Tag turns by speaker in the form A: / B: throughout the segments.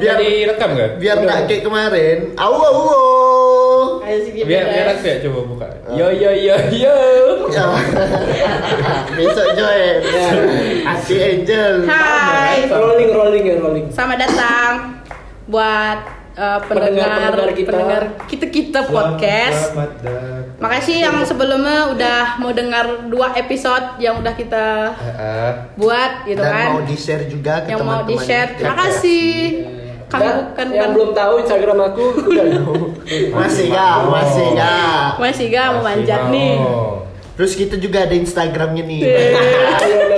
A: direkam nggak?
B: biar
A: Udah.
B: nggak kayak kemarin au au au.
C: Ayo sih
A: biar biar aku ya coba buka.
D: Ah.
A: Yo yo yo yo.
B: Ya. besok join Adi Angel
C: Hai.
E: Rolling rolling ya rolling.
C: Selamat datang buat eh, pendengar
E: Pendengar-pendengar kita.
C: pendengar kita kita podcast.
D: Selamat datang.
C: Makasih yang sebelumnya udah mau dengar dua episode yang udah kita
A: Heeh.
C: buat gitu
B: dan mau
C: kan.
B: di share juga ke
C: yang
B: teman-teman
C: mau di share.
B: kita.
C: Makasih.
E: Iya.
C: Kamu
E: Dan
C: Kan bukan
E: yang
C: bukan
E: belum tahu Instagram aku udah
B: masih ya masih ya
C: masih gak mau manjat
A: Masih
C: nih.
A: mau.
B: terus kita juga ada Instagramnya nih
E: Iya,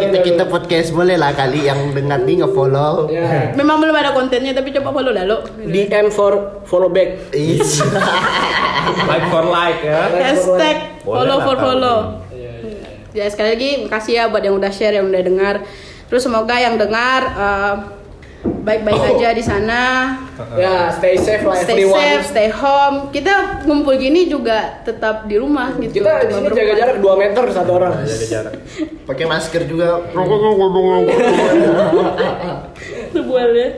B: kita kita podcast boleh lah kali yang dengar nih ngefollow
C: Iya.
E: ya.
C: Memang belum ada kontennya tapi coba follow dah lo.
E: DM for follow back.
B: Ih,
A: Like for like ya.
C: Hashtag
A: Boleh
C: follow
A: lah,
C: for
A: tahu.
C: follow.
E: Iya,
C: Ya sekali lagi makasih ya buat yang udah share, yang udah dengar. Terus semoga yang dengar eh, baik-baik aja di sana.
E: Ya stay safe lah
C: Stay
E: Oh. everyone.
C: safe, stay home. Kita ngumpul gini juga tetap di rumah gitu.
E: Kita di
C: Cuma
E: sini
C: berempat.
E: jaga jarak 2 meter satu orang.
A: Jaga jarak.
B: pakai masker juga
C: Boleh.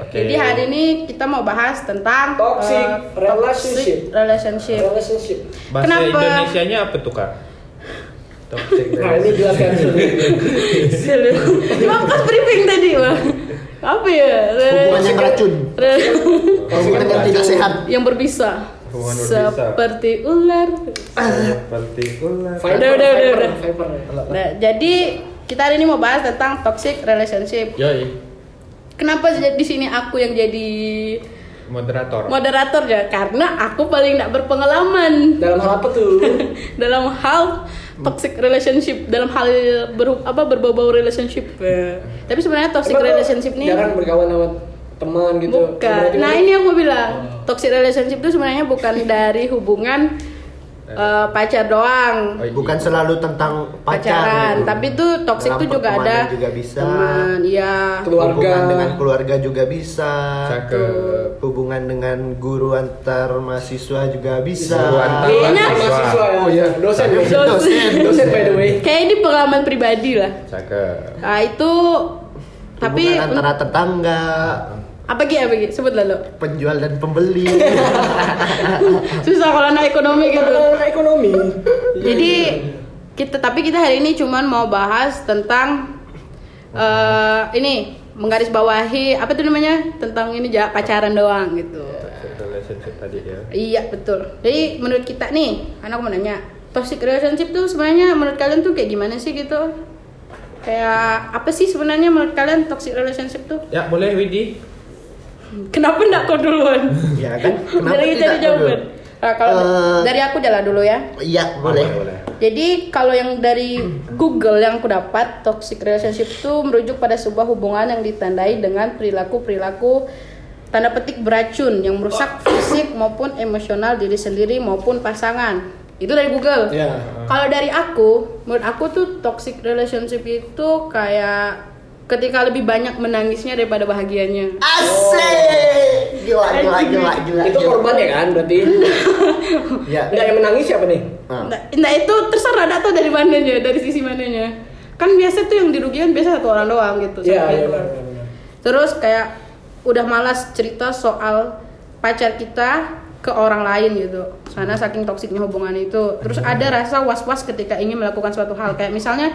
A: Oke.
C: Jadi hari ini kita mau bahas tentang
E: Toxic
C: eh,
E: relationship.
C: toxic relationship.
E: Relationship.
A: Bahasa
C: Kenapa?
A: Indonesianya apa tuh kak? Toxic
E: Nah ini jelaskan sini.
B: Iya.
C: Emang pas briefing tadi, Bang. Apa ya?
B: hubungannya beracun
C: Rel-
B: hubungan yang kan tidak sehat
C: yang berbisa
A: Hubungan berbisa.
C: seperti ular
A: Seperti ular.
C: Udah, udah, udah,
E: Viper,
C: udah.
E: Viper, ya.
C: nah, jadi kita hari ini mau bahas tentang toxic relationship
A: Yoi.
C: kenapa j- di sini aku yang jadi
A: Moderator.
C: moderator ya karena aku paling tidak berpengalaman
E: Dalam hal apa tuh?
C: dalam hal toxic relationship dalam hal ber, apa berbau-bau relationship Eh, tapi sebenarnya toxic
E: Emang lu
C: relationship nih
E: Jarang berkawan sama teman gitu. Oh.
C: Bukan. Nah ini aku bilang toxic relationship itu sebenarnya bukan dari hubungan eh, pacar doang,
A: Oh, iya.
B: bukan selalu tentang
C: pacaran.
B: pacaran
C: Tapi itu toxic
B: Dalam
C: itu juga ada
B: pertemanan juga bisa.
C: teman, iya.
E: Keluarga.
B: hubungan dengan keluarga juga bisa
A: Cakep.
B: hubungan dengan guru antar mahasiswa juga bisa
A: Guru antar
C: Kayaknya-
E: mahasiswa ya.
B: Oh, iya.
E: Dosen, dosen,
B: dosen dosen,
E: dosen by the way.
C: Kayak ini pengalaman pribadi lah.
A: Cakep.
C: Nah, itu tapi
B: hubungan antara tetangga
C: apa gitu apa gitu sebut lah lo.
B: penjual dan pembeli
C: Susah kalau anak ekonomi gitu.
E: Karena ekonomi.
C: Jadi kita tapi kita hari ini cuman mau bahas tentang eh ini menggarisbawahi apa tuh namanya tentang ini ja pacaran doang gitu.
A: Toxic Relationship tadi ya.
C: Iya betul. Jadi menurut kita nih, anak mau nanya, toxic relationship tuh sebenarnya menurut kalian tuh kayak gimana sih gitu? Kayak apa sih sebenarnya menurut kalian toxic relationship tuh?
A: Ya boleh Widi.
C: Kenapa ndak kau duluan?
B: ya kan kenapa
C: dari
B: tidak
C: dari jawaban.
B: dulu?
C: Nah, kalau
B: Eh.
C: dari aku jalan dulu ya.
B: iya boleh
C: Jadi kalau yang dari Google yang aku dapat toxic relationship itu merujuk pada sebuah hubungan yang ditandai dengan perilaku-perilaku tanda petik beracun yang merusak fisik maupun emosional diri sendiri maupun pasangan. Itu dari Google.
E: Ya.
C: Kalau dari aku, menurut aku tuh toxic relationship itu kayak ketika lebih banyak menangisnya daripada bahagianya.
B: asik gila gila gila gila
E: Itu
B: gila.
E: korban ya kan berarti.
B: ya
E: Enggak yang menangis siapa nih?
B: Ah.
C: Nah, nah, itu terserah data dari mananya, dari sisi mananya. Kan biasa tuh yang dirugikan biasa satu orang doang gitu.
E: Iya,
C: satu
E: iya.
C: orang. Terus kayak udah malas cerita soal pacar kita ke orang lain gitu. Karena saking toksiknya hubungan itu. Terus ada rasa was-was ketika ingin melakukan suatu hal. Kayak misalnya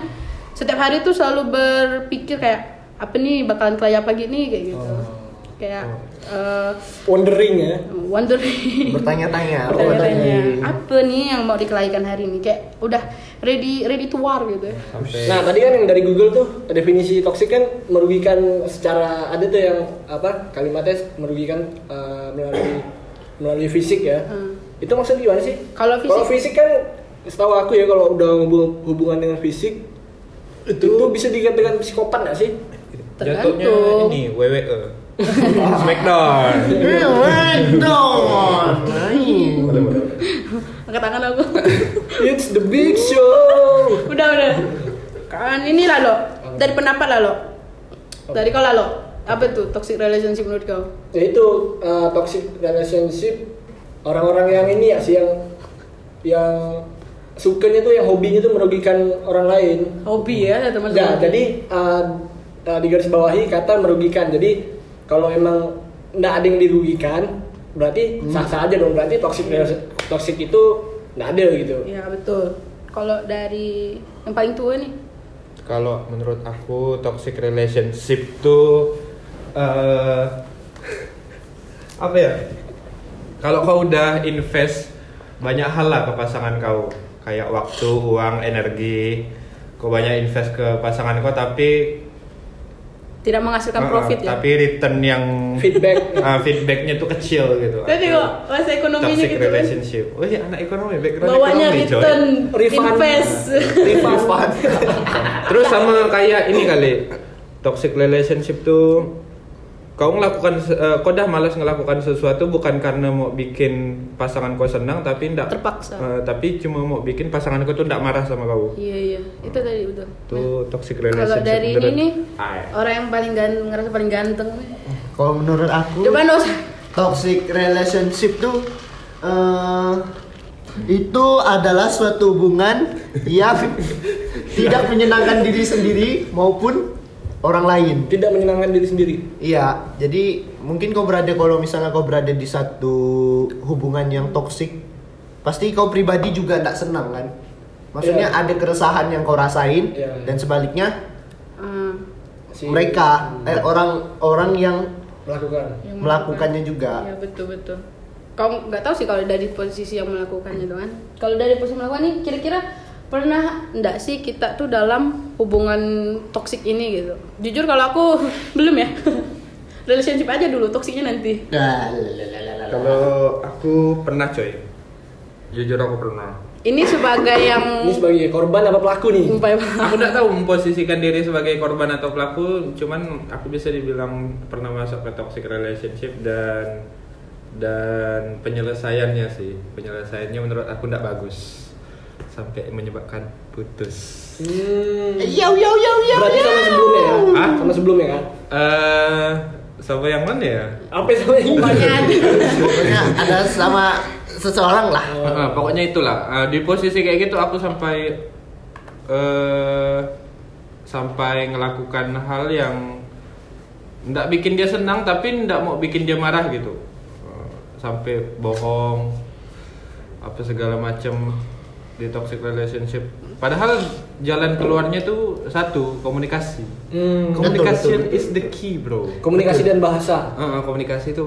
C: setiap hari tuh selalu berpikir kayak apa nih bakalan kayak apa gini kayak gitu.
E: Oh.
C: Kayak eh,
E: Wondering ya.
C: wondering
B: bertanya-tanya Oh, Iya.
C: pertanyaannya apa nih yang mau dikelaikan hari ini kayak udah ready ready to war gitu ya
A: Sampai.
E: Nah tadi kan yang dari Google tuh definisi toksik kan merugikan secara ada tuh yang apa kalimatnya merugikan eh, melalui melalui fisik ya.
C: Hmm.
E: Itu maksudnya gimana sih?
C: Kalau fisik-
E: Kalau fisik kan setahu aku ya kalau udah hubung- hubungan dengan fisik itu, bisa dikatakan psikopat nggak sih?
A: Jatuhnya
C: tergantung.
A: ini WWE. Smackdown.
B: Eh, Wendon. Hai.
A: Boleh, boleh.
C: angkat tangan aku
E: It's the big show.
C: udah udah kan ini lah lo dari pendapat lah lo dari kau lah lo apa tuh toxic relationship menurut kau
E: Ya itu eh, toxic relationship orang-orang yang ini ya sih yang yang sukanya tuh yang hobinya tuh merugikan orang lain. Nah, eh,
C: hobi ya teman-teman
E: Ya, jadi uh, uh, digarisbawahi kata merugikan. Jadi kalau emang nggak ada yang dirugikan berarti
B: Hmm.
E: sah-sah aja dong berarti toxic rela- toxic itu nggak ada gitu
C: ya betul kalau dari yang paling tua nih
A: Kalau menurut aku toxic relationship tuh eh apa ya? Kalau kau udah invest banyak hal lah ke pasangan kau, kayak waktu, uang, energi. Kau banyak invest ke pasangan kau tapi
C: tidak menghasilkan
A: eh,
C: profit ya
A: tapi return yang
E: feedback
A: ah, feedbacknya tuh kecil gitu.
C: tapi
A: Aku
C: kok bahasa ekonominya
A: toxic
C: gitu kan
A: relationship. Wih, anak ekonomi, background
C: bawanya
A: ekonomi, coy.
C: return
E: Refund.
C: invest
E: refund
A: Terus sama kayak ini kali toxic relationship tuh kau melakukan se- eh, kau dah malas melakukan sesuatu bukan karena mau bikin pasangan kau senang tapi ndak
C: Terpaksa.
A: eh, tapi cuma mau bikin pasangan kau tuh ndak marah sama kau.
C: iya iya itu tadi betul
A: Tuh toxic
C: Nah,
A: relationship.
C: kalau dari ini
A: beneran.
C: nih
A: Ay.
C: orang yang paling ganteng ngerasa paling ganteng
B: Kalau menurut aku
C: coba nggak usah
B: toxic relationship tuh eh, itu adalah suatu hubungan yang tidak menyenangkan diri sendiri maupun orang lain.
E: tidak menyenangkan diri sendiri
B: Iya, jadi mungkin kau berada kalau misalnya kau berada di satu hubungan yang toksik, pasti kau pribadi juga tidak senang kan? Maksudnya
E: Iya.
B: ada keresahan yang kau rasain
E: Iya.
B: dan sebaliknya
C: Ah,
E: Si-
B: mereka eh, orang-orang yang
E: melakukan
C: yang
B: melakukannya
C: melakukan.
B: juga.
C: ya betul betul kau nggak tahu sih kalau dari posisi yang melakukannya doang kalau dari posisi melakukan nih kira-kira pernah enggak sih kita tuh dalam hubungan toksik ini gitu jujur kalau aku belum ya relationship aja dulu toksiknya nanti
B: Nah, lalalala.
A: Ya. Kalau aku pernah coy. Jujur aku pernah.
C: ini sebagai yang
E: ini sebagai korban apa pelaku nih
C: upaya
A: Aku ndak tahu memposisikan diri sebagai korban atau pelaku, cuman aku bisa dibilang pernah masuk ke toxic relationship dan dan penyelesaiannya sih. Penyelesaiannya menurut aku ndak bagus. Sampai menyebabkan putus.
E: Hmm.
B: Yow, yow, yow, yow,
E: berarti sama
B: yow.
E: sebelumnya ya
A: Hah?
E: sama sebelumnya kan
A: Eh, sama yang mana ya?
E: apa yang sama yang
C: pokoknya ada
B: Pokoknya ada sama seseorang lah.
A: Eh, pokoknya itulah. Eh, di posisi kayak gitu aku sampai eh sampai ngelakukan hal yang ndak bikin dia senang tapi ndak mau bikin dia marah gitu. Eh, sampai bohong apa segala macam di toxic relationship. Padahal jalan keluarnya tuh satu, komunikasi.
E: Hmm.
A: Communication
B: betul, betul,
A: is the key, Bro.
E: komunikasi dan bahasa
A: Eh, eh, komunikasi itu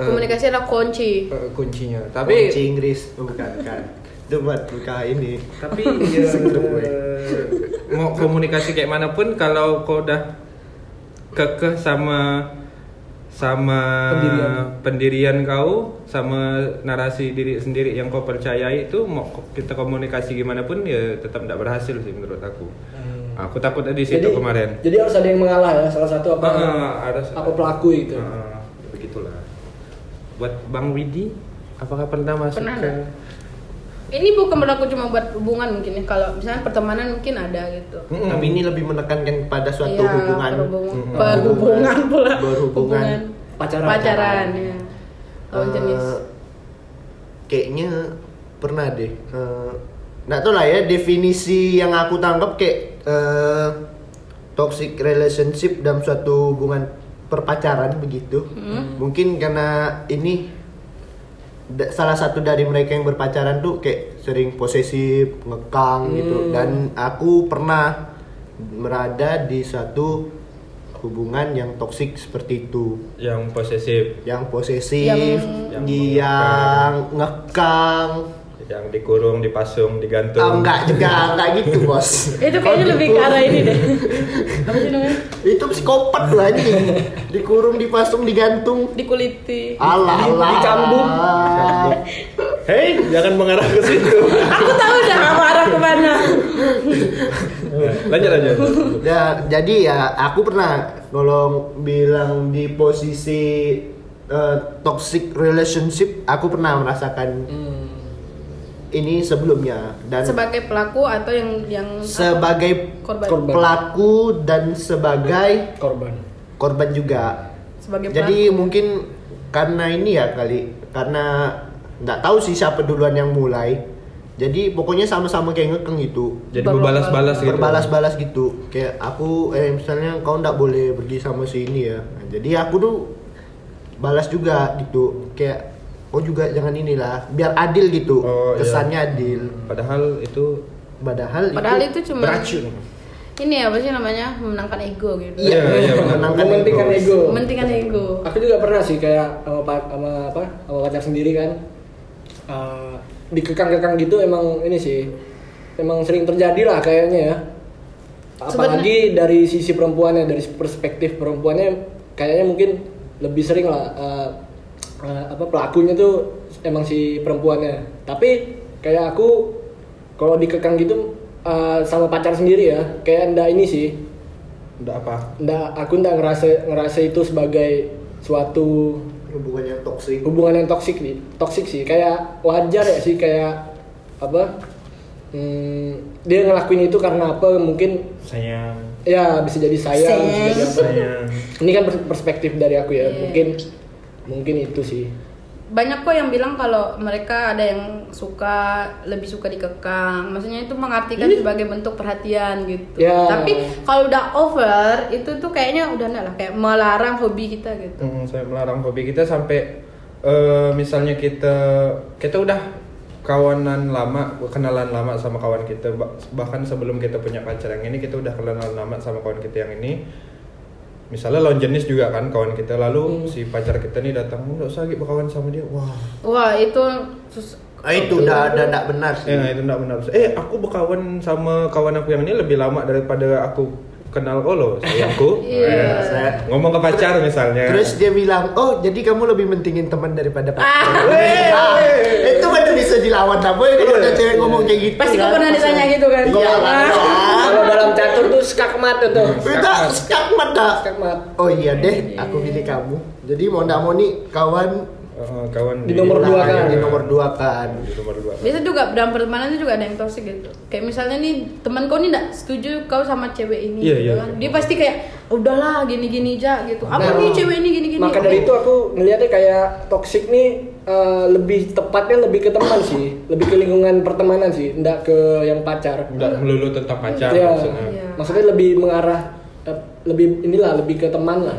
A: eh,
C: komunikasi adalah kunci
A: eh, kuncinya. Tapi
B: Kunci Inggris, Oh, bukan, bukan. Itu buat buka ini.
A: tapi ya, mau komunikasi kayak manapun kalau kau udah kekeh sama sama
E: Pendirian.
A: pendirian kau sama narasi diri sendiri yang kau percayai itu mau ko- kita komunikasi gimana pun ya tetap tidak berhasil sih menurut aku aku takut di situ kemarin
E: Hmm. jadi harus ada yang mengalah ya salah satu apa
A: Ah, harus
E: apa pelaku itu
A: Ah, begitulah buat bang Widi apakah pernah masuk
C: Pernah
A: ke
C: nggak? ini bukan berlaku cuma buat hubungan mungkin ya kalau misalnya pertemanan mungkin ada gitu
A: Mm-mm.
B: Tapi ini lebih menekankan pada suatu
C: Iya,
B: hubungan. Hmm.
C: perhubungan,
A: Mm-mm.
C: perhubungan pula
B: Berhubungan.
E: Pacaran.
C: pacaran ya lawan
B: Eh,
C: jenis
B: Kayaknya pernah deh. Eh, nggak tahu lah ya definisi yang aku tangkap kayak eh, toxic relationship dalam suatu hubungan perpacaran begitu. Mungkin karena ini da- salah satu dari mereka yang berpacaran tuh kayak sering posesif, ngekang gitu. Dan aku pernah berada di satu hubungan yang toksik seperti itu
A: yang posesif
B: yang posesif, yang,
C: Yang-
B: yang ngekang,
A: yang dikurung dipasung digantung
B: oh, enggak juga enggak gitu bos. gitu?
C: itu kayaknya lebih ke arah ini deh apa sih namanya
B: Itu psikopat tuh anjing. Dikurung, dipasung, digantung.
C: dikuliti
B: Allah
E: Di-
B: Allah.
E: dicambuk.
A: Hei, jangan mengarah ke situ.
C: aku tahu dah mau arah kemana
A: lanjut lanjut.
B: Ya, jadi ya aku pernah kalau bilang di posisi eh, toxic relationship, aku pernah merasakan
E: Hmm.
B: ini sebelumnya dan
C: sebagai pelaku atau yang yang apa?
B: sebagai
C: korban
E: Korban.
B: pelaku dan sebagai
E: korban
B: korban juga.
C: sebagai
B: Jadi
C: pelaku
B: mungkin karena ini ya kali, karena nggak tahu sih siapa duluan yang mulai. Jadi pokoknya sama-sama kayak ngekeng gitu,
A: Jadi berbalas-balas gitu.
B: berbalas-balas gitu. Kayak aku, eh misalnya kau nggak boleh pergi sama si ini ya. Nah, jadi aku tuh balas juga gitu kayak oh juga jangan inilah biar adil gitu
A: Oh, iya.
B: kesannya adil
A: Padahal itu
B: padahal,
C: Padahal itu cuma
A: beracun.
C: ini apa sih namanya memenangkan ego gitu.
B: iya
A: Iya, iya, benar.
B: menangkan
E: mementingkan
B: ego.
E: ego.
C: Mementingkan ego.
E: Aku juga pernah sih kayak sama, pa- sama apa sama pacar sendiri kan Eh, dikekang-kekang gitu emang ini sih emang sering terjadi lah kayaknya ya. Apalagi dari sisi perempuannya dari perspektif perempuannya kayaknya mungkin lebih sering lah eh, eh, apa pelakunya tuh emang si perempuannya. Tapi kayak aku kalau dikekang gitu eh, sama pacar sendiri ya kayak ndak ini sih
A: Enggak apa.
E: nggak aku nggak ngerasa ngerasa itu sebagai suatu
B: hubungan yang toksik
A: Oh,
E: hubungan yang toksik nih toksik sih kayak wajar ya sih kayak apa hmm, dia ngelakuin itu karena apa mungkin
A: Sayang.
E: ya bisa jadi sayang bisa jadi apa.
A: Sayang.
E: ini kan pers- perspektif dari aku
C: Iya.
E: ya mungkin mungkin itu sih
C: Banyak kok yang bilang kalau mereka ada yang suka lebih suka dikekang. Maksudnya itu mengartikan sebagai bentuk perhatian gitu.
E: Ya.
C: Tapi kalau udah over itu tuh kayaknya udah enggak lah kayak melarang hobi kita gitu.
A: Mm, saya melarang hobi kita sampai eh, misalnya kita kita udah kawanan lama kenalan lama sama kawan kita ba- bahkan sebelum kita punya pacar yang ini kita udah kenalan lama sama kawan kita yang ini misalnya lawan jenis juga kan kawan kita
B: Hmm.
A: lalu si pacar kita nih datang nggak usah gitu berkawan sama dia wah
C: Wah, itu sus- Iya.
B: ah, itu
A: iya.
B: udah ada tidak benar sih
A: ya itu nggak benar eh aku berkawan sama kawan aku yang ini lebih lama daripada aku kenal oh loh sayangku
C: Iya.
A: Eh,
B: Saya-
A: ngomong ke pacar misalnya
B: Terus dia bilang, oh jadi kamu lebih mentingin teman daripada pacar.
C: Ah.
B: Weh, ah, itu mana bisa dilawan apa ya kalau ada cewek ngomong kayak gitu.
C: Pasti kau
B: kan?
C: pernah ditanya gitu kan?
B: Iya lah.
C: Ah.
E: kalau dalam catur tuh skakmat itu
B: Itu skakmat dah.
E: skakmat
B: Oh iya deh, aku pilih kamu. Jadi mau ndak mau nih kawan
A: Eh, kawan
E: Di nomor dua
B: tangannya
E: kan?
B: Di nomor dua kan.
A: di nomor dua
C: Biasa juga dalam pertemanan itu juga ada yang toxic gitu. Kayak misalnya nih teman kau nih nggak setuju kau sama cewek ini,
A: Iya,
C: gitu
A: iya.
C: kan? dia pasti kayak udahlah gini-gini aja gitu. Apa
E: Nah,
C: nih cewek ini gini-gini? Iya.
E: Maka dari itu aku ngelihatnya kayak toxic nih eh, lebih tepatnya lebih ke teman sih, lebih ke lingkungan pertemanan sih, enggak ke yang pacar.
A: nggak melulu tentang pacar
E: Iya.
A: maksudnya.
C: Iya.
E: Maksudnya lebih mengarah eh, lebih inilah lebih ke teman lah.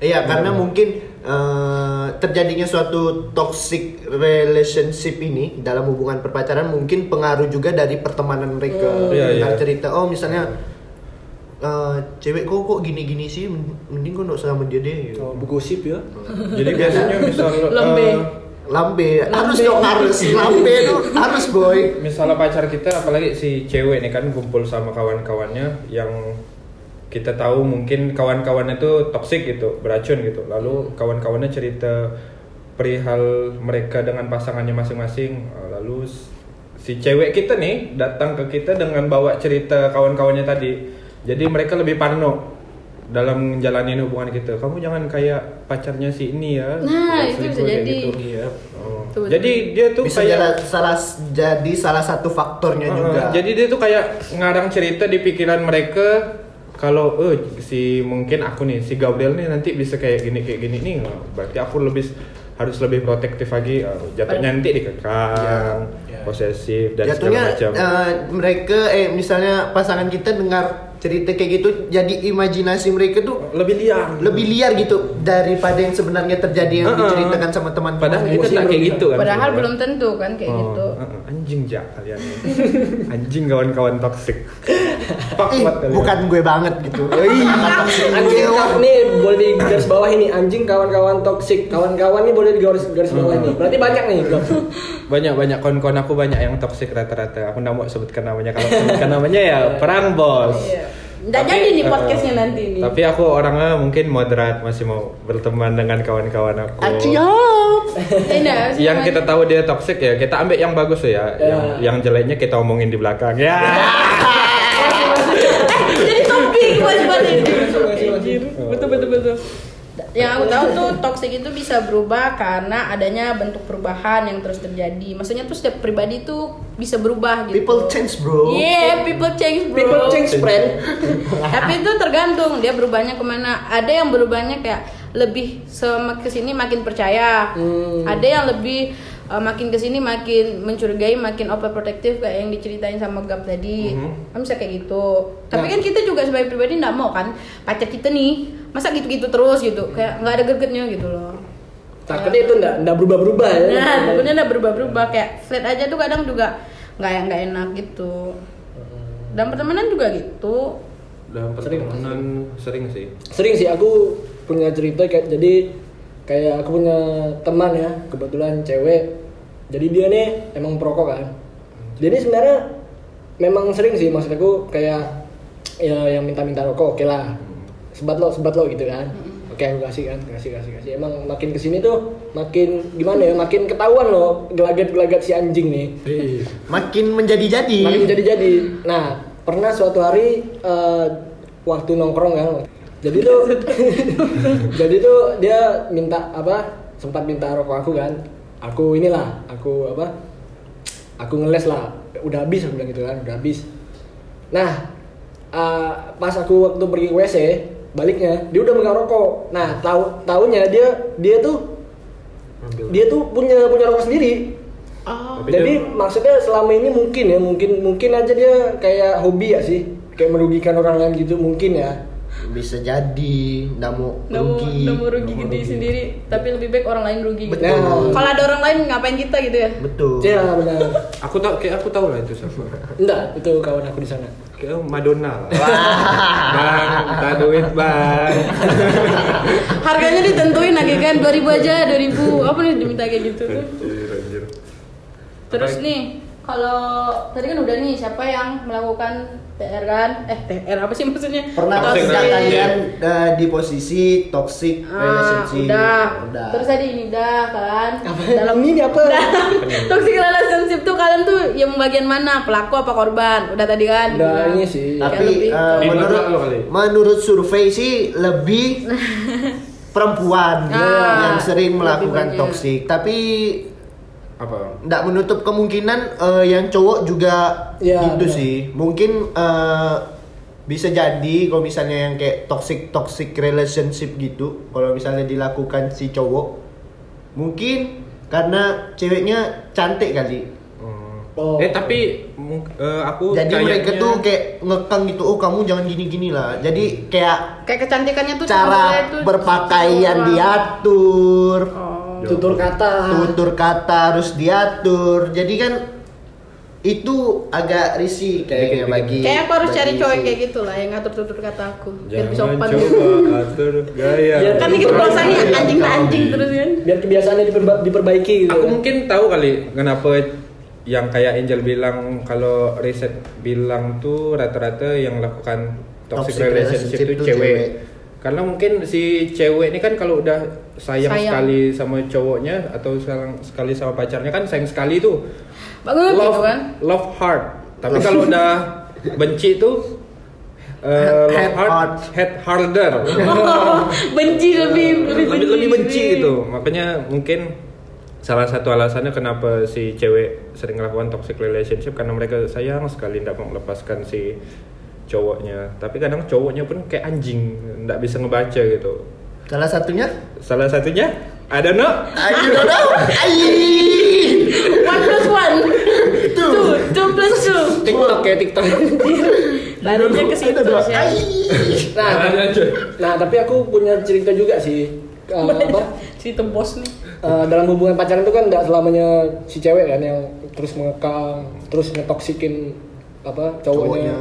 B: Iya, karena mungkin eh, terjadinya suatu toxic relationship ini dalam hubungan perpacaran mungkin pengaruh juga dari pertemanan mereka.
A: Iya,
B: Dengar
A: iya.
B: cerita, oh misalnya eh, cewek kok kok gini-gini sih, mending kok nggak usah sama dia deh.
E: Oh, begosip ya.
A: Jadi biasanya misal eh,
C: Lembe.
B: Lambe, harus
C: Lambe.
B: dong harus, lambe tuh harus boy.
A: misalnya pacar kita apalagi si cewek nih kan kumpul sama kawan-kawannya yang kita tahu mungkin kawan-kawannya itu toksik gitu, beracun gitu. Lalu kawan-kawannya cerita perihal mereka dengan pasangannya masing-masing. Eh, Lalu s- si cewek kita nih datang ke kita dengan bawa cerita kawan-kawannya tadi. Jadi mereka lebih parno dalam menjalani hubungan kita. Kamu jangan kayak pacarnya si ini ya.
C: Nah, itu bisa
A: selingkuh kayak
C: jadi.
A: Iya. Oh.
C: Betul, betul.
A: Jadi dia tuh
B: Bisa
A: kayak
B: jala- salah jadi salah satu faktornya Iya
A: Uh,
B: juga.
A: Jadi dia tuh kayak ngarang cerita di pikiran mereka kalau eh si mungkin aku nih si Gabriel nih nanti bisa kayak gini kayak gini nih oh, berarti aku lebih harus lebih protektif lagi oh, jatuhnya nanti dikekang posesif dan
B: Iya. Jatuhnya
A: segala macam
B: eh, mereka eh misalnya pasangan kita dengar cerita kayak gitu jadi imajinasi mereka tuh
A: lebih liar
B: lebih liar gitu daripada yang sebenarnya terjadi yang
A: Uh-uh.
B: diceritakan sama teman-teman.
A: padahal kita
E: Emosi
A: tak kayak
E: berlebihan.
A: gitu kan
C: Padahal
E: Iya.
A: sebenarnya.
C: belum tentu kan kayak
A: Oh,
C: gitu.
A: uh, uh, anjing ja kalian anjing kawan-kawan toksik Fuck ya.
B: Ih,
A: what kalian.
B: bukan gue banget gitu. Iya.
E: Anjing kau- nih boleh di garis bawah ini anjing kawan-kawan toksik, kawan-kawan nih boleh di garis garis bawah ini. Berarti banyak nih. Gab.
A: banyak banyak kawan-kawan aku banyak yang toksik rata-rata aku nggak mau sebutkan namanya kalau sebutkan namanya ya perang bos
C: Iya. Nggak
A: Tapi,
C: jadi nih
A: eh,
C: podcastnya nanti nih.
A: tapi aku orangnya mungkin moderat masih mau berteman dengan kawan-kawan aku
B: Aciop.
C: Eh, nggak, sih
A: yang
C: namanya.
A: kita tahu dia toksik ya kita ambil yang bagus ya
E: Ya.
A: yang yang jeleknya kita omongin di belakang ya
C: Eh, jadi topik buat buat ini.
E: Masuk, masuk, masuk.
C: Betul betul betul. Yang aku tahu tuh toxic itu bisa berubah karena adanya bentuk perubahan yang terus terjadi. Maksudnya tuh setiap pribadi tuh bisa berubah gitu.
B: People change, bro.
C: Yeah, people change bro.
E: People change friend.
C: Tapi
E: Ah.
C: itu tergantung dia berubahnya kemana. Ada yang berubahnya kayak lebih semakin kesini makin percaya.
E: Hmm.
C: Ada yang lebih uh, makin kesini makin mencurigai, makin overprotective kayak yang diceritain sama Gap tadi. Kan bisa kayak gitu. Tapi
E: Mm-hmm. Nah.
C: kan kita juga sebagai pribadi nggak mau kan pacar kita nih masa gitu-gitu terus gitu kayak nggak ada gregetnya gitu loh.
E: takutnya itu enggak enggak berubah-berubah ya
C: Nah, takutnya udah berubah-berubah kayak flat aja tuh kadang juga nggak yang nggak enak gitu.
E: Hmm.
C: Dan pertemanan juga gitu.
A: dalam
E: Sering,
A: pertemanan sering sih
E: sering sih aku punya cerita kayak jadi kayak aku punya teman ya kebetulan cewek jadi dia nih emang perokok kan jadi sebenarnya memang sering sih maksud aku kayak ya yang minta-minta rokok oke lah sebat lo sebat lo gitu kan oke aku kasih kan kasih kasih kasih emang makin kesini tuh makin gimana ya makin ketahuan loh gelagat gelagat si anjing nih
B: Makin menjadi-jadi.
E: Makin jadi-jadi. Nah, pernah suatu hari eh, waktu nongkrong kan. Jadi tuh jadi tuh dia minta apa? Sempat minta rokok aku kan. Aku inilah, aku apa? Aku ngeles lah. Udah habis aku bilang gitu kan, udah habis. Nah, eh, pas aku waktu pergi ke WC, baliknya dia udah megang rokok. Nah, tahu tahunya dia dia tuh dia tuh punya punya rokok sendiri.
A: Tapi
E: Jadi
A: dia-
E: maksudnya selama ini mungkin ya, mungkin mungkin aja dia kayak hobi ya sih, kayak merugikan orang lain gitu mungkin ya.
B: Bisa jadi, nggak mau
C: Nggak mau
B: rugi.
C: nggak mau rugi gede sendiri, tapi lebih baik orang lain rugi gitu.
E: Betul.
C: Kalau ada orang lain ngapain kita gitu ya?
B: Betul.
E: Iya benar.
A: aku tau kayak aku tau lah itu siapa
E: Enggak, itu kawan aku di sana.
A: kayak Madonna lah bang minta duit bang
C: Harganya ditentuin lagi kan 2000 aja, 2000 apa nih diminta kayak gitu tuh.
A: anjir anjir
C: Terus
A: Apa-
C: nih, kalau tadi kan udah nih siapa yang melakukan TR kan? Eh TR apa sih maksudnya? Ah,
B: Pernah
A: Toxic
C: Toxic.
B: nggak kalian eh, di posisi toxic
C: Ah,
B: relationship?
C: udah.
B: Udah.
C: Terus tadi ini udah kan.
E: Apa
C: Dalam
E: dalam ini apa?
C: toxic relationship tuh kalian tuh yang bagian mana? Pelaku apa korban? Udah tadi kan.
E: Udah
C: Bilang.
E: ini sih.
C: Kayak
B: Tapi
C: lebih
B: eh,
C: ke-
A: Di
B: menurut
A: belakang lo kali.
B: menurut survei sih lebih perempuan
C: Ah,
B: yang sering
C: lebih
B: melakukan
C: banyak.
B: toksik. Tapi
A: apa
B: nggak menutup kemungkinan eh, yang cowok juga
E: Ya,
B: gitu
E: benar.
B: sih. Mungkin eh, bisa jadi kalau misalnya yang kayak toxic toxic relationship gitu, kalau misalnya dilakukan si cowok, mungkin karena ceweknya cantik kali.
A: Hmm.
E: Oh.
A: eh tapi mung- eh, aku
B: Jadi mereka
A: kayaknya-
B: tuh kayak ngekang gitu, oh kamu jangan gini-gini lah. Jadi kayak
C: Kayak kecantikannya tuh
B: cara
C: sebenarnya tuh
B: berpakaian
C: orang.
B: diatur,
C: Oh.
E: Tutur kata.
B: tutur kata harus diatur. Jadi kan itu agak risih kayaknya
A: Dikit-dikit.
B: bagi.
C: Kayak aku harus
B: bagi
C: cari cowok
B: si-
C: kayak gitu lah yang ngatur tutur kata aku biar bisa
A: jangan
C: sopan.
A: coba atur gaya
E: Ya,
C: gitu. Kan gitu bahasanya anjing ke anjing terus kan.
E: Biar kebiasaannya diperba- diperbaiki gitu.
A: Aku mungkin tahu kali kenapa yang kayak Angel bilang kalau riset bilang tuh rata-rata yang lakukan
B: Toxic
A: toxic, relationship,
B: relationship
A: itu
B: tuh
A: cewek.
B: cewek.
A: Karena mungkin si cewek ini kan kalau udah sayang,
C: Sayang.
A: sekali sama cowoknya atau sayang sekali sama pacarnya kan sayang sekali tuh.
C: Banget gitu kan.
A: love heart. Tapi kalau udah benci tuh eh, love
B: Head
A: heart,
B: heart.
A: head harder.
C: benci lebih lebih benci,
A: lebih lebih benci gitu makanya mungkin salah satu alasannya kenapa si cewek sering melakukan toxic relationship karena mereka sayang sekali tidak mau melepaskan si cowoknya tapi kadang cowoknya pun kayak anjing tidak bisa ngebaca gitu
B: Salah satunya,
A: salah satunya ada no
B: I don't know. Ai.
C: one plus one two two plus two
E: TikTok ya TikTok.
C: larinya ke situ ya
B: Ai.
E: nah, nah tapi aku punya cerita juga sih. Eh, apa?
C: situ bos nih
E: Eh, dalam hubungan pacaran itu kan nggak selamanya si cewek kan yang terus mengekang, terus ngetoksikin apa cowoknya.
B: Cowoknya.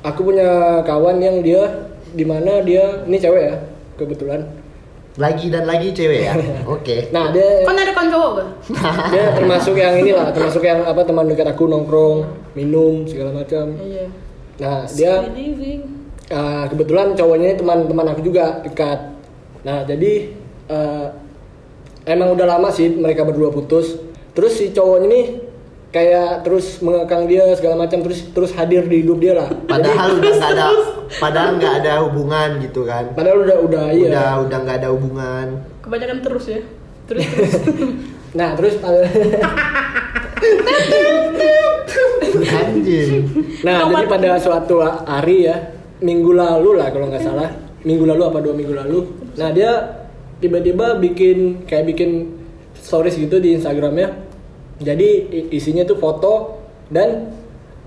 E: Aku punya kawan yang dia dimana dia ini cewek ya kebetulan.
B: Lagi dan lagi cewek ya. Oke.
E: Nah dia
C: kan ada kan cowok gak?
E: dia termasuk yang inilah, termasuk yang apa teman dekat aku nongkrong, minum segala macam.
C: iya
E: Nah dia
C: living
E: Eh, kebetulan cowoknya ini teman-teman aku juga dekat. Nah, jadi eh, emang udah lama sih mereka berdua putus. Terus si cowoknya ini kayak terus mengekang dia segala macam terus terus hadir di hidup dia lah.
B: Padahal udah nggak ada, padahal nggak ada hubungan gitu kan.
E: Padahal udah udah
C: Nah,
E: iya.
B: Udah udah nggak ada hubungan.
C: kebanyakan terus ya terus terus
E: Nah, terus
B: Anjing.
E: nah, jadi pada suatu hari ya, minggu lalu lah kalau nggak salah, minggu lalu apa dua minggu lalu. Nah, dia tiba-tiba bikin kayak bikin stories gitu di Instagramnya. Jadi i- isinya tuh foto dan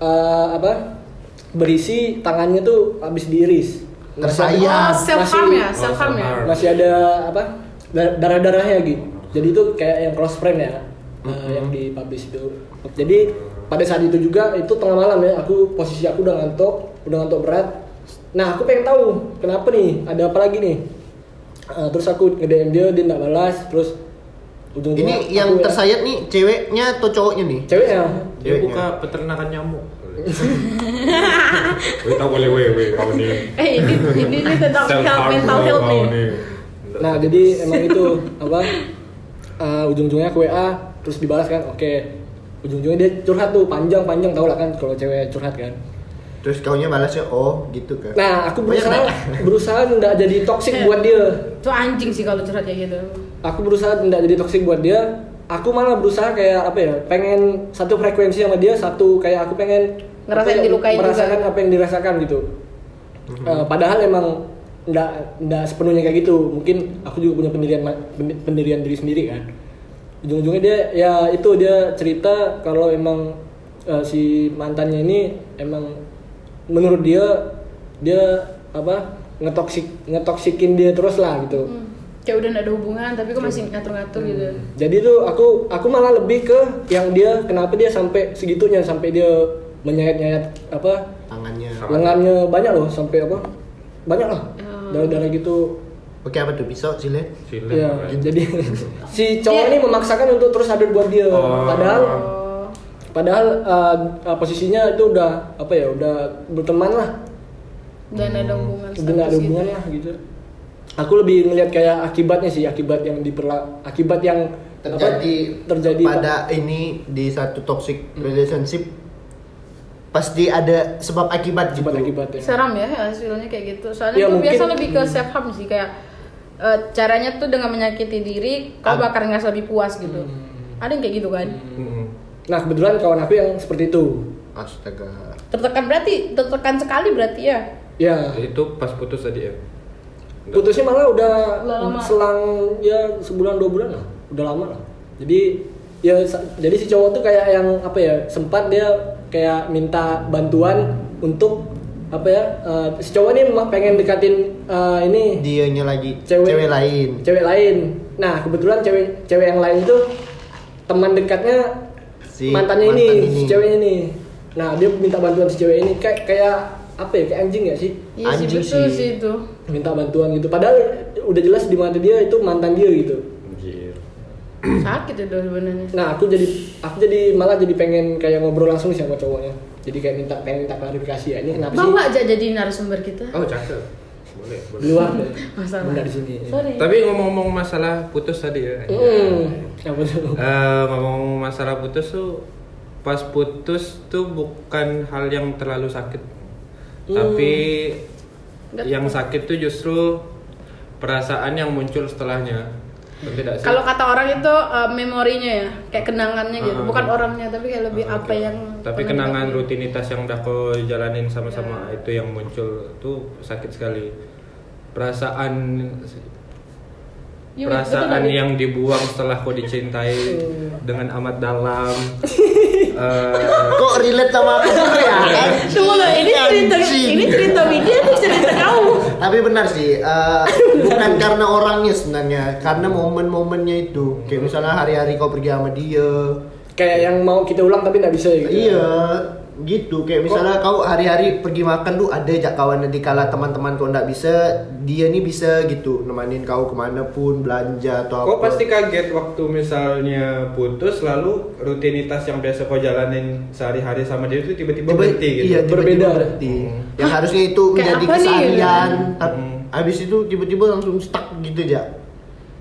E: eh, apa? berisi tangannya tuh habis diiris.
B: Tersayang.
C: oh self harm
E: masih-
C: ya self harm ya
A: Oh, self harm.
E: Masih ada apa? dar- darah-darahnya gitu. Jadi itu kayak yang cross frame ya, eh,
B: Mm-hmm.
E: yang di publish itu. Jadi pada saat itu juga itu tengah malam ya, aku posisi aku udah ngantuk, udah ngantuk berat. Nah aku pengen tahu kenapa nih, ada apa lagi nih? Eh, terus aku nge DM dia, dia nggak balas, terus ujung
B: Ini yang
C: ya.
B: tersayat nih ceweknya atau cowoknya nih?
E: Ceweknya,
A: Dia
B: Ceweknya.
A: buka peternakan nyamuk. Kita boleh wewe kau nih.
C: eh ini ini, ini tentang health mental health nih
E: Nah, jadi emang itu apa? eh, ujung-ujungnya ke WA terus dibalas kan. Oke. Ujung-ujungnya dia curhat tuh panjang-panjang tau lah kan kalau cewek curhat kan.
B: Terus kaunya balasnya oh gitu kan.
E: Nah, aku
B: Banyak
E: berusaha
B: nggak?
E: berusaha nggak jadi toksik buat dia.
C: itu anjing sih kalau curhat kayak gitu
E: Aku berusaha nggak jadi toksik buat dia. Aku malah berusaha kayak apa ya? Pengen satu frekuensi sama dia, satu kayak aku pengen
C: Ngerasain
E: apa ya,
C: dilukain juga.
E: merasakan apa yang dirasakan gitu. Eh, padahal emang nggak nggak sepenuhnya kayak gitu. Mungkin aku juga punya pendirian ma- pendi- pendirian diri sendiri kan. Ujung-ujungnya dia ya itu dia cerita kalau emang eh, si mantannya ini emang menurut dia dia apa ngetoksik ngetoksikin dia terus lah gitu.
C: Hmm. kayak udah gak ada hubungan tapi kok masih ngatur-ngatur gitu
E: Jadi tuh aku aku malah lebih ke yang dia kenapa dia sampai segitunya sampai dia menyayat-nyayat apa
B: Tangannya.
E: lengannya banyak loh sampai apa banyak lah
C: Oh.
E: darah-darah gitu.
B: Oke apa tuh pisau silet?
E: Ya, jadi si cowok ini memaksakan untuk terus hadir buat dia.
A: Oh.
E: Padahal
C: oh
E: padahal uh, uh, posisinya itu udah apa ya udah berteman lah,
C: dan ada hubungan
E: Hmm. udah nggak ada
C: status
E: hubungan lah gitu. Aku lebih ngelihat kayak akibatnya sih akibat yang diperla akibat yang apa,
B: terjadi
E: terjadi
B: pada ini di satu toxic relationship pasti ada sebab akibat gitu.
E: akibat-akibatnya.
C: Seram ya hasilnya kayak gitu. Soalnya
E: Ya,
C: gue
E: mungkin-
C: biasa lebih ke self harm sih kayak eh, caranya tuh dengan menyakiti diri kau
B: Ab-
C: bakal ngerasa lebih puas gitu.
E: Hmm.
C: Ada yang kayak gitu kan.
E: Nah kebetulan kawan aku yang seperti itu.
B: Astaga.
C: Tertekan berarti tertekan sekali berarti ya.
E: Ya
A: Itu pas putus tadi ya.
E: putusnya malah udah
C: Udah lama.
E: selang ya sebulan dua bulan lah, udah lama lah. Jadi ya sa- jadi si cowok tuh kayak yang apa ya sempat dia kayak minta bantuan untuk apa ya eh, si cowok ini mah pengen dekatin eh, ini
B: Dianya lagi
E: Cewek.
B: cewek, lain.
E: cewek lain. Nah kebetulan cewek cewek yang lain itu teman dekatnya
B: Si
E: mantannya ini,
B: mantan
E: si
B: ini.
E: ceweknya ini. Nah dia minta bantuan si cewek ini kayak kayak apa ya kayak anjing ya sih?
C: Iya sih
B: Anjing
C: betul
B: sih.
C: sih itu.
E: minta bantuan gitu padahal udah jelas di mata dia itu mantan dia gitu
A: Anjir.
C: Sakit itu sebenarnya.
E: nah aku jadi aku jadi malah jadi pengen kayak ngobrol langsung sih sama cowoknya jadi kayak minta pengen minta klarifikasi ya ini kenapa sih
C: Bawa aja jadi narasumber kita.
A: Oh, cakep. Boleh,
E: di
A: boleh.
E: luar
C: Masalah.
E: bunda di sini
C: Sorry.
A: Tapi ngomong-ngomong masalah putus tadi ya. anjir.
E: hmm apa tuh
C: Mm.
A: Eh, ngomong masalah putus tuh pas putus tuh bukan hal yang terlalu sakit tapi
C: Mm. Nggak.
A: yang sakit tuh justru perasaan yang muncul setelahnya Ngerti nggak sih?
C: Kalau kata orang itu eh, memorinya ya, kayak kenangannya gitu,
A: Ah.
C: bukan orangnya tapi kayak lebih
A: Ah,
C: apa
A: oke.
C: yang
A: tapi
C: pernah Nah.
A: kenangan
C: dilakuin.
A: rutinitas yang udah kau jalanin sama-sama itu yang muncul tuh sakit sekali perasaan
C: Iya, betul
A: perasaan
C: tadi.
A: yang dibuang setelah kau dicintai dengan amat dalam Eh,
B: Kok relate sama aku juga ya? kan?
C: Tunggu loh, ini cerita
B: Anjing.
C: ini cerita media ini cerita kamu.
B: Tapi benar sih, eh, bukan karena orangnya sebenarnya, karena momen-momennya itu. Kayak misalnya hari-hari kau pergi sama dia.
E: kayak yang mau kita ulang tapi nggak bisa ya gitu
B: Iya, gitu. Kayak misalnya kau hari-hari pergi makan tuh ada aja kawan nanti kala teman-teman kau nggak bisa, dia nih bisa gitu nemanin kau kemana pun belanja atau
A: Kau
B: apa.
A: pasti kaget waktu misalnya putus lalu rutinitas yang biasa kau jalanin sehari-hari sama dia itu tiba-tiba
B: Tiba-
A: berhenti gitu.
B: Iya,
E: Berbeda.
B: berbeda. Berhenti. Yang harusnya itu
C: kayak
B: menjadi
C: apa nih?
B: keseharian, tapi
A: Hmm.
B: habis itu tiba-tiba langsung stuck gitu aja.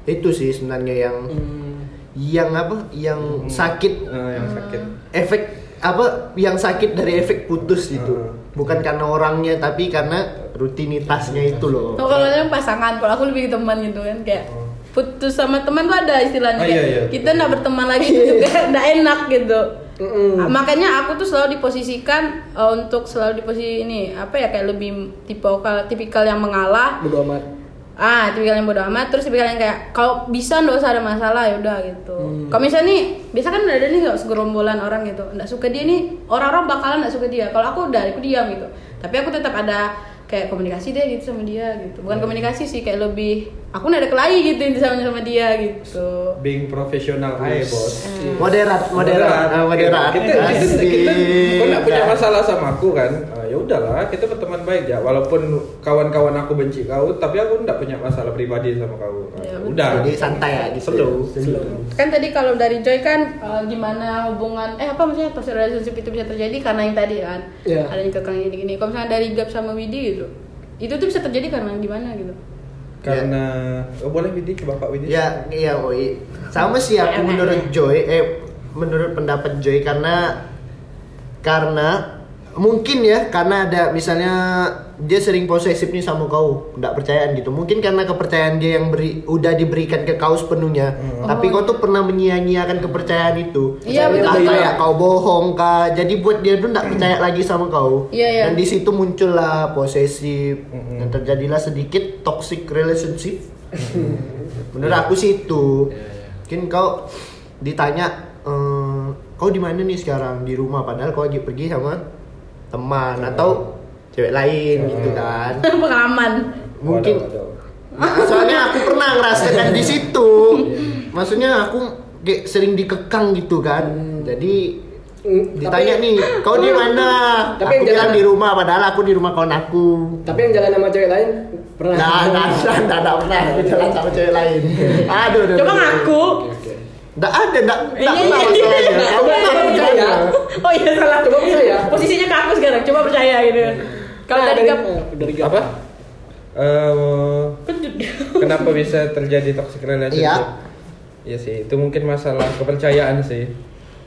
B: Itu sih sebenarnya yang
E: Hmm.
B: yang apa? Yang sakit
A: Eh, yang sakit.
B: efek apa yang sakit dari efek putus itu.
A: Hmm.
B: Bukan karena orangnya tapi karena rutinitasnya itu loh.
C: Tuh, kalau yang pasangan, kalau aku lebih ke teman gitu kan kayak putus sama teman tuh ada istilahnya
A: Ah,
C: kayak
A: iya, iya,
C: kita
A: betul.
C: nggak berteman lagi gitu kayak nggak enak gitu.
A: Hmm.
E: Mm-mm.
C: Ah, Makanya aku tuh selalu diposisikan eh, untuk selalu di posisi ini apa ya kayak lebih tipe tipikal yang mengalah
E: bodo amat
C: ah tipikal yang bodo amat terus tipikal yang kayak kalau bisa nggak usah ada masalah ya udah gitu kalau misalnya nih biasa kan ada nih nggak segerombolan orang gitu nggak suka dia nih orang-orang bakalan nggak suka dia kalau aku udah aku diam gitu tapi aku tetap ada kayak komunikasi deh gitu sama dia gitu bukan komunikasi sih kayak lebih aku nggak ada kelahi gitu yang sama sama dia gitu
A: being profesional aja bos
B: Moderat, moderat, ah, moderat.
A: eh, Kita, kita, kita,
B: Asik.
A: kau nggak punya
B: Nah.
A: masalah sama aku kan? Ah, ya udahlah, kita berteman baik ya. Walaupun kawan-kawan aku benci kau, tapi aku nggak punya masalah pribadi sama kau. Ah,
C: Ya,
A: udah.
B: Iya, Jadi santai ya gitu.
A: Slow,
B: Slow.
A: slow.
C: kan tadi kalau dari Joy kan eh, gimana hubungan eh apa maksudnya toxic relationship itu bisa terjadi karena yang tadi kan
E: Iya.
C: adanya kekang ini gini kalau misalnya dari Gap sama Widi gitu itu tuh bisa terjadi karena gimana gitu
A: Karena oh, boleh Widi ke Bapak Widi.
B: Ya, iya Oi. Sama sih aku menurut Joy, eh menurut pendapat Joy karena karena mungkin ya karena ada misalnya dia sering posesif nih sama kau, nggak percayaan gitu. Mungkin karena kepercayaan dia yang beri, udah diberikan ke kau sepenuhnya. Tapi kau tuh pernah menyia-nyiakan kepercayaan itu.
C: Iya,
B: Entah
E: betul.
B: kayak kau bohong kah. Jadi buat dia tuh nggak percaya lagi sama kau.
C: Iya, iya.
B: Dan di situ muncullah posesif
E: Mm-hmm.
A: Mm-mm.
B: dan terjadilah sedikit toxic relationship
E: Mm-hmm.
B: menurut
E: Iya.
B: aku sih itu mungkin kau ditanya ehm, kau di mana nih sekarang di rumah padahal kau lagi pergi sama teman
E: Iya.
B: atau cewek lain gitu kan
C: pengalaman
B: mungkin
A: Waduh, waduh.
B: Nah, soalnya aku pernah ngerasakan di situ
E: Iya.
B: maksudnya aku kayak sering dikekang gitu kan jadi
E: Mm,
B: ditanya
E: Hmm. tapi-
B: nih kau di mana
E: Tapi
B: aku
E: yang
B: bilang
E: jangan-
B: di rumah padahal aku di rumah kawan aku
E: Tapi yang jalan sama cewek lain pernah.
B: Nah, nah, nah, nah, nah, pernah aku jalan sama cewek lain. Aduh, aduh.
C: coba
B: aduh.
C: ngaku
E: Oke.
B: Nggak ada, nggak
C: Iya,
B: nggak pernah
C: iya, iya.
B: masalahnya. Kamu
E: Coba
B: nggak
E: percaya.
B: percaya.
C: oh iya salah
E: Coba percaya.
C: posisinya ke aku sekarang coba percaya gitu kalau
E: Nah,
C: dari Gap
E: dari Gap.
A: Apa? Eh,
C: kejut
A: kenapa bisa terjadi toxic relationship?
B: Iya.
A: Iya sih, itu mungkin masalah kepercayaan sih.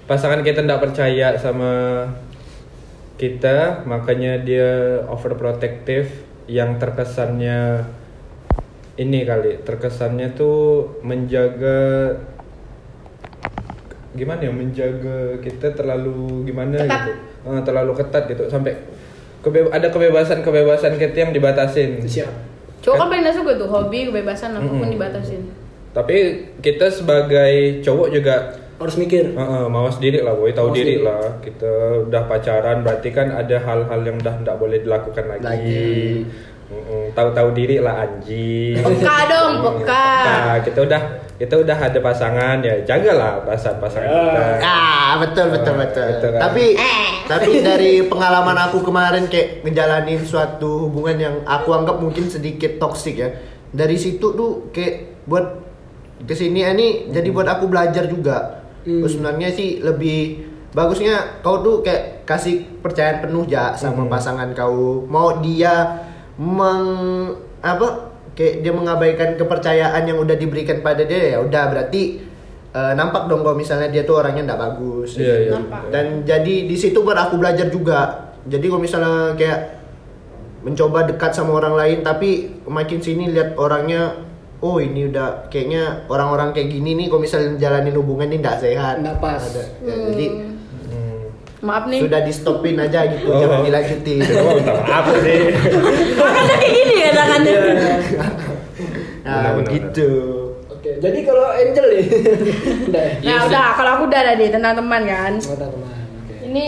A: Pasangan kita tidak percaya sama kita, makanya dia overprotective yang terkesannya ini kali, terkesannya tuh menjaga gimana ya menjaga kita terlalu gimana
C: Ketat.
A: gitu Eh, terlalu ketat gitu sampai kebe- ada kebebasan kebebasan kita yang dibatasin
E: Siap.
C: cowok kan paling suka tuh hobi kebebasan apapun
A: Mm-mm.
C: dibatasin
A: tapi kita sebagai cowok juga
E: Harus mikir.
A: eh, eh, mawas diri lah boy tahu
E: Mawas
A: diri
E: diri.
A: lah kita udah pacaran berarti kan ada hal-hal yang udah nggak boleh dilakukan lagi,
B: Lagi.
A: Mm-mm, tahu-tahu diri lah anjing
C: peka dong
A: Mm,
C: peka
A: peka. kita udah kita udah ada pasangan ya jagalah pasangan pasangan kita
B: Ah, betul, betul, betul.
A: Gitu kan.
B: Tapi,
C: Eh.
B: tapi dari pengalaman aku kemarin kayak ngejalanin suatu hubungan yang aku anggap mungkin sedikit toksik ya. Dari situ tuh kayak buat kesini ini jadi buat aku belajar juga.
C: Hmm.
B: Terus sebenarnya sih lebih bagusnya kau tuh kayak kasih percayaan penuh ya sama pasangan kau. Mau dia meng apa kayak dia mengabaikan kepercayaan yang udah diberikan pada dia ya udah berarti eh, nampak dong kalau misalnya dia tuh orangnya nggak bagus
A: Iya, iya.
C: Nampak.
B: dan jadi di situ buat aku belajar juga jadi kalau misalnya kayak mencoba dekat sama orang lain tapi makin sini lihat orangnya oh ini udah kayaknya orang-orang kayak gini nih kalau misalnya jalanin hubungan ini nggak sehat
E: Nggak pas.
B: Ada. Ya, jadi
A: Hmm.
C: maaf nih
B: sudah di stopin aja gitu
A: Oh.
B: jangan dilanjutin
A: Kenapa minta maaf sih
C: makanya kayak gini ya tangannya
E: Iya.
B: nah,
A: Benar-benar.
B: gitu
E: Oke. Jadi kalau Angel nih. Udah ya.
C: nah udah kalau aku udah ada nih tentang teman kan
E: Mata teman. Oke.
C: ini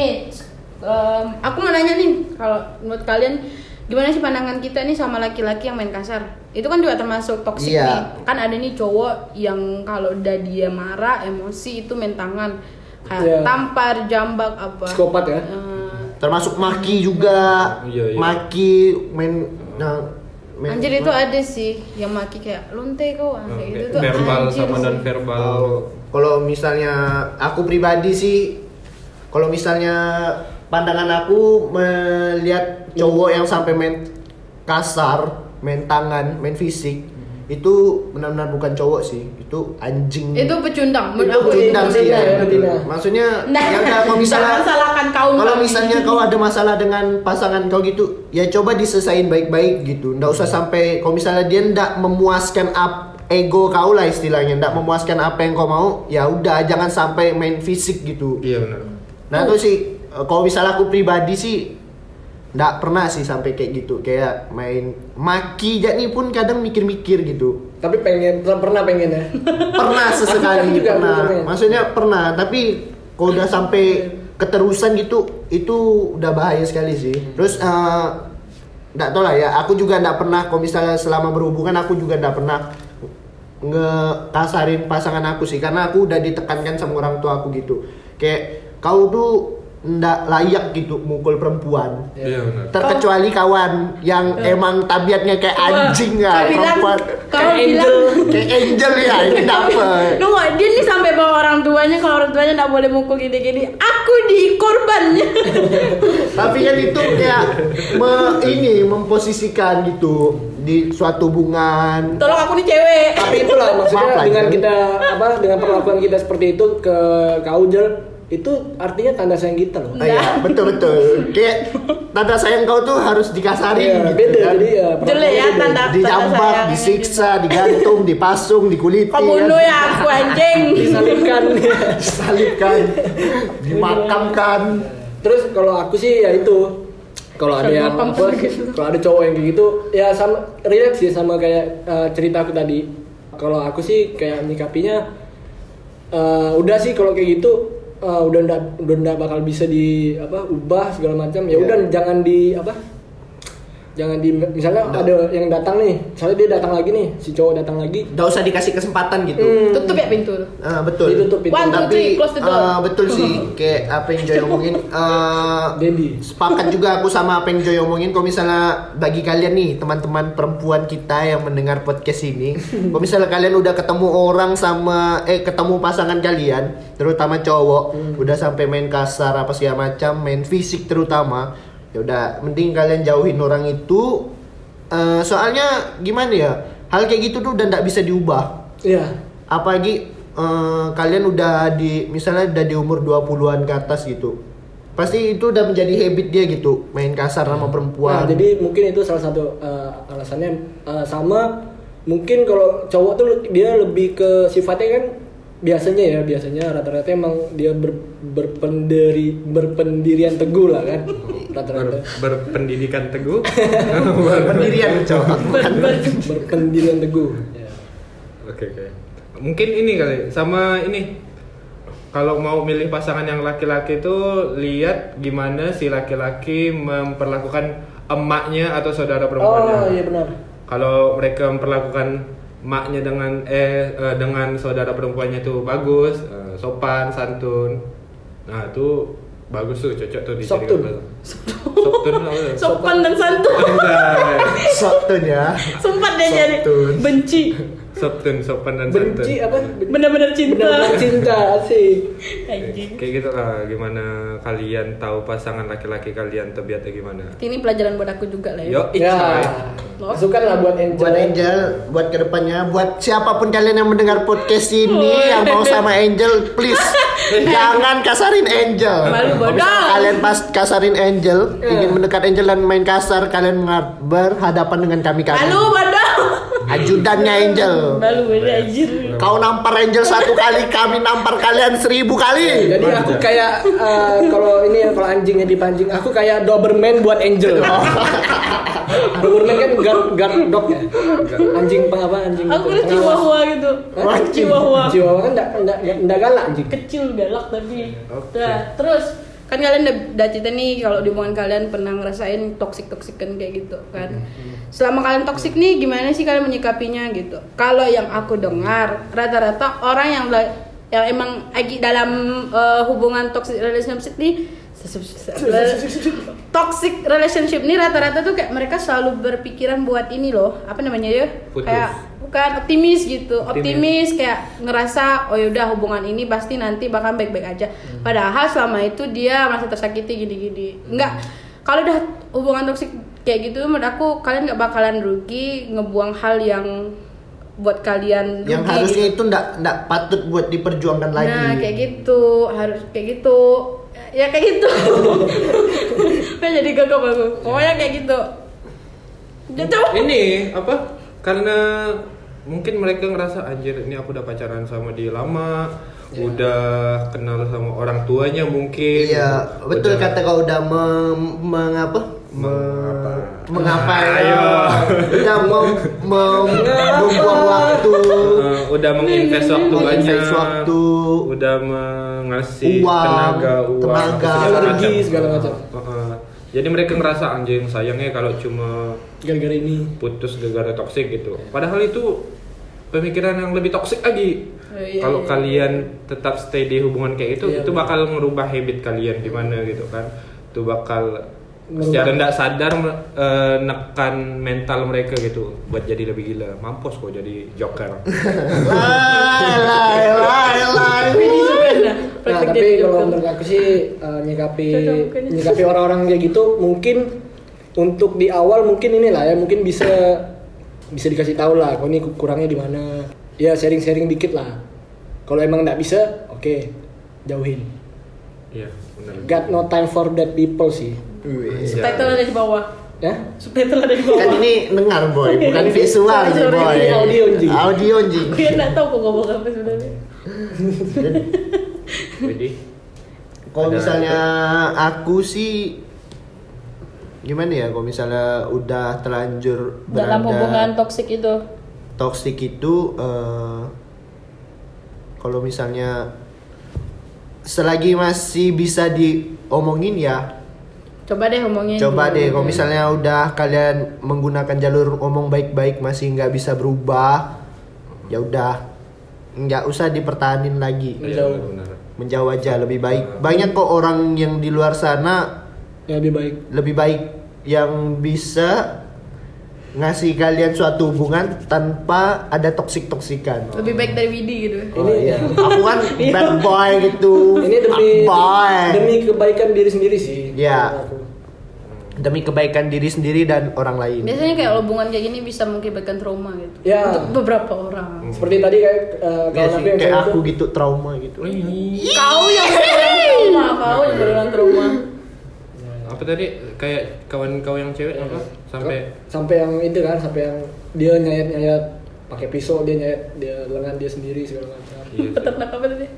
C: em, aku mau nanya nih kalau menurut kalian gimana sih pandangan kita nih sama laki-laki yang main kasar itu kan juga termasuk toksik
B: Iya.
C: nih kan ada nih cowok yang kalau udah dia marah emosi itu main tangan kayak
E: Iya.
C: tampar jambak apa
E: Psikopat ya.
C: Eh,
B: termasuk maki juga
A: Iya, iya.
B: maki main nah, main-
C: anjir itu ada sih yang maki kayak lonte kau ah, kayak gitu tuh
A: verbal
C: anjir
A: sama
C: sih.
A: non verbal
B: Kalau- Kalau misalnya aku pribadi sih, kalau misalnya pandangan aku melihat cowok yang sampai main kasar, main tangan, main fisik,
A: Hmm.
B: itu benar-benar bukan cowok sih, itu anjing.
C: itu pecundang
B: Itu
C: menurut aku
B: pecundang
E: itu
B: sih ya.
E: betina, betina.
B: Maksudnya
C: Nah,
B: ya udah, kalau misalnya
C: jangan salahkan kaum
B: kalau
C: kami.
B: misalnya kau ada masalah dengan pasangan kau gitu, ya coba diselesain baik-baik gitu. Nggak usah sampai kalau misalnya dia ndak memuaskan up ego kau lah istilahnya, ndak memuaskan apa yang kau mau, ya udah jangan sampai main fisik gitu.
A: iya benar
B: Nah, itu sih eh, kalau misalnya aku pribadi sih ndak pernah sih sampai kayak gitu, kayak main maki jadi pun kadang mikir-mikir gitu
E: Tapi pengen pernah pengen ya.
B: pernah
E: Aku
B: sesekali
E: juga
B: pernah
E: pernah.
B: maksudnya pernah tapi kalau udah sampai keterusan gitu itu udah bahaya sekali sih
E: Hmm.
B: terus eh, nggak tau lah ya aku juga nggak pernah kalau misalnya selama berhubungan aku juga nggak pernah ngekasarin pasangan aku sih karena aku udah ditekankan sama orang tua aku gitu kayak kau tuh ndak layak gitu mukul perempuan
A: Iya benar.
B: terkecuali kawan yang emang tabiatnya kayak anjing
C: Kau
B: ya
C: bilang,
B: perempuan
C: kau bilang,
B: kayak angel ya ini dapet
C: lu nggak dia nih sampai bawa orang tuanya kalau orang tuanya nggak boleh mukul gini-gini, aku di korbannya.
B: tapi kan itu kayak me- ini memposisikan gitu di suatu hubungan
C: Tolong aku nih cewek.
E: tapi itulah maksudnya
B: Maaf lah,
E: dengan
B: Jel.
E: kita apa dengan perlakuan kita seperti itu ke kaujel itu artinya tanda sayang kita loh
B: Ah, iya, betul betul kayak tanda sayang kau tuh harus dikasarin
E: Iya,
B: gitu
E: beda
B: kan.
E: jadi ya
C: Jelek ya tanda tanda sayangnya
B: dijambak, disiksa, digantung, dipasung, dikuliti,
C: gitu.
B: kan.
C: Kau bunuh ya aku anjing.
E: disalibkan
B: disalibkan, dimakamkan.
E: terus kalau aku sih ya itu kalau ada yang
C: Sama
E: apa
C: pam- gitu.
E: kalau ada cowok yang kayak gitu ya sama relate sih sama kayak eh, cerita aku tadi kalau aku sih kayak nyikapinya eh, udah sih kalau kayak gitu eh, udah ndak udah ndak bakal bisa di apa ubah segala macam ya
B: Iya.
E: udah jangan di apa jangan di misalnya ada yang datang nih misalnya dia datang lagi nih si cowok datang lagi
B: Gak usah dikasih kesempatan gitu.
E: Hmm.
C: Tutup ya pintu.
B: Ah, betul.
E: Ditutup pintu.
C: One, two,
B: Tapi
C: three, Kan close the door.
B: ah, betul sih kayak apa yang Joy omongin. eh,
E: Dendi
B: sepakat juga aku sama apa yang Joy omongin. Kalau misalnya bagi kalian nih teman-teman perempuan kita yang mendengar podcast ini, kalau misalnya kalian udah ketemu orang sama eh ketemu pasangan kalian, terutama cowok, udah sampai main kasar apa segala macam, main fisik terutama, ya udah mending kalian jauhin orang itu. Eh, soalnya gimana ya, hal kayak gitu tuh udah nggak bisa diubah
E: Iya
B: apalagi eh, kalian udah di misalnya udah di umur 20-an ke atas gitu. Pasti itu udah menjadi habit dia gitu, main kasar sama
E: Nah,
B: perempuan.
E: jadi mungkin itu salah satu eh, alasannya eh, sama mungkin kalau cowok tuh dia lebih ke sifatnya kan biasanya ya biasanya rata-rata emang dia ber, berpendiri berpendirian teguh lah kan
A: Ber-
E: rata-rata
A: berpendidikan teguh.
B: pendirian cowok.
E: berpendirian teguh ya.
A: Oke oke. Mungkin ini kali sama ini. Kalau mau milih pasangan yang laki-laki itu lihat gimana si laki-laki memperlakukan emaknya atau saudara perempuannya.
E: oh iya benar
A: Kalau mereka memperlakukan emaknya dengan eh eh, dengan saudara perempuannya itu bagus, eh, sopan, santun. Nah, itu bagus tuh, cocok tuh di
E: Soktun.
A: Soktun. apa tuh?
C: Sopan dan santun.
A: Anjay.
B: Sotun ya.
C: Sempat dia jadi
B: Santun.
C: benci.
A: Soktun, sopan dan santun.
E: benci apa Ben-
C: Bener-bener cinta.
E: benar-benar cinta sih
C: Anjing.
A: Kayak gitu lah, gimana kalian tahu pasangan laki-laki kalian terbiatnya gimana?
C: Ini pelajaran buat aku juga lah ya.
A: Yo, it's
E: ya masukan lah buat
B: Buat
E: Angel
B: Angel, buat kedepannya, buat siapapun kalian yang mendengar podcast ini yang mau sama Angel, please jangan kasarin Angel.
C: Malu
B: Kalau misalnya
C: bodoh. Iya.
B: Kalian pas kasarin Angel, ingin mendekat Angel dan main kasar, kalian berhadapan dengan kami kami.
C: Malu bodoh.
B: Ajudannya Angel.
C: Malu bodoh anjir.
B: Kau nampar Angel satu kali, kami nampar kalian seribu kali.
E: Jadi aku kayak eh, kalau ini ya, kalau anjingnya dipancing, aku kayak Doberman buat Angel. Doberman kan guard, guard dog ya. Anjing pengapa anjing?
C: Aku kira
E: pengawas.
C: chihuahua gitu.
E: Hah?
C: Chihuahua.
E: Chihuahua kan enggak enggak enggak galak anjing.
C: Kecil galak tapi.
A: Iya, Oke.
C: Nah, terus kan kalian udah, udah cerita nih kalau di hubungan kalian pernah ngerasain toksik toksikan kayak gitu kan
A: Mm-hmm.
C: selama kalian toksik nih gimana sih kalian menyikapinya gitu kalau yang aku dengar rata-rata orang yang la- yang emang lagi dalam eh, hubungan toxic relationship nih toxic relationship nih rata-rata tuh kayak mereka selalu berpikiran buat ini loh apa namanya ya
A: Putus.
C: kayak bukan optimis gitu
A: Optimis.
C: optimis kayak ngerasa oh yaudah hubungan ini pasti nanti bakal baik-baik aja padahal selama itu dia masih tersakiti gini-gini enggak kalau udah hubungan toksik kayak gitu menurut aku kalian nggak bakalan rugi ngebuang hal yang buat kalian rugi gitu.
B: Yang harusnya itu ndak ndak patut buat diperjuangkan lagi.
C: Nah, kayak gitu, harus kayak gitu. Ya kayak gitu. Kan jadi gagap aku. Pokoknya kayak gitu. Gitu.
A: Ini apa? Karena mungkin mereka ngerasa anjir ini aku udah pacaran sama dia lama,
B: Ya.
A: udah kenal sama orang tuanya mungkin.
B: Iya, betul
A: Udah-
B: kata kau udah mem- mengapa?
A: Mengapa?
B: Me- mengapa? ya?
A: Ayo.
B: Udah mem- mem- membuang waktu,
A: Eh, udah menginvest waktu
B: Iya,
A: banyak,
B: Menginvest waktu.
A: udah mengasih
B: Uang,
A: tenaga, uang,
B: tenaga.
A: segala
E: Energi,
A: macam.
E: segala macam.
A: Eh, eh. jadi mereka ngerasa anjing sayangnya kalau cuma
E: Gara-gara ini.
A: putus gara-gara toksik gitu. Padahal itu pemikiran yang lebih toksik lagi.
C: Oh, iya,
A: Kalau
C: iya.
A: kalian tetap stay di hubungan kayak itu,
E: Iya,
A: itu
E: benar.
A: bakal ngerubah habit kalian gimana gitu kan. Itu bakal
E: Ngerubah.
A: secara tidak sadar eh, nekan mental mereka gitu buat jadi lebih gila. Mampus kok jadi joker.
B: Lah, lah, lah, lah.
E: Nah,
C: Praktek
E: tapi
C: jadi
E: kalau
C: dokter.
E: menurut aku sih eh, nyikapi
C: Cocok mukanya.
E: nyikapi orang-orang kayak gitu mungkin untuk di awal mungkin inilah ya mungkin bisa bisa dikasih tahu lah kok ini kurangnya di mana. Ya sharing-sharing dikit lah. Kalau emang nggak bisa, oke, jauhin.
A: Iya, benar.
E: Got no time for that people sih.
B: Wih.
C: Subtitle ada di bawah.
E: Ya?
C: Subtitle ada di bawah.
B: Kan ini dengar boy, bukan visual nih
C: Iya, Sorry, sorry,
B: boy.
E: ini audio, anjing.
B: Audio anjing.
C: Gue nggak tahu kok ngomong apa sebenarnya.
A: Jadi
B: Kalau
A: Ada-
B: misalnya aku sih gimana ya kalau misalnya udah terlanjur
C: Dalam hubungan toksik itu.
B: toksik itu eh, kalau misalnya selagi masih bisa diomongin ya
C: Coba deh ngomongin.
B: Coba deh
C: iya.
B: kalau misalnya udah kalian menggunakan jalur ngomong baik-baik masih nggak bisa berubah, ya udah nggak usah dipertahanin lagi,
A: iya,
E: Menjauh.
A: benar.
B: menjauh aja lebih baik. Banyak kok orang yang di luar sana
E: Ya lebih baik.
B: lebih baik yang bisa ngasih kalian suatu hubungan tanpa ada toksik toksikan.
C: Lebih baik dari Widi gitu.
B: Oh,
E: Ini-
B: iya. aku kan bad boy gitu,
E: Ini demi
B: bad boy.
E: demi kebaikan diri sendiri sih.
B: Ya.
E: menurut aku.
B: demi kebaikan diri sendiri dan orang lain.
C: Biasanya kayak hubungan kayak gini bisa mengakibatkan trauma gitu.
E: Ya.
C: Untuk beberapa orang.
E: Seperti tadi kayak eh,
B: Iya
E: kawan
B: sih,
E: aku yang
B: kayak
E: cewek
B: aku
E: itu,
B: gitu trauma gitu.
C: Iya. Kau yang berulang trauma, kau
B: Iya.
C: yang berulang trauma.
E: Ya,
A: Apa tadi kayak kawan kau yang cewek apa? Sampai
E: Iya. sampai yang itu kan sampai yang dia nyayat nyayat pakai pisau dia nyayat dia lengan dia sendiri segala
A: Iya,
E: macam
A: sih.
C: Peternak apa tadi?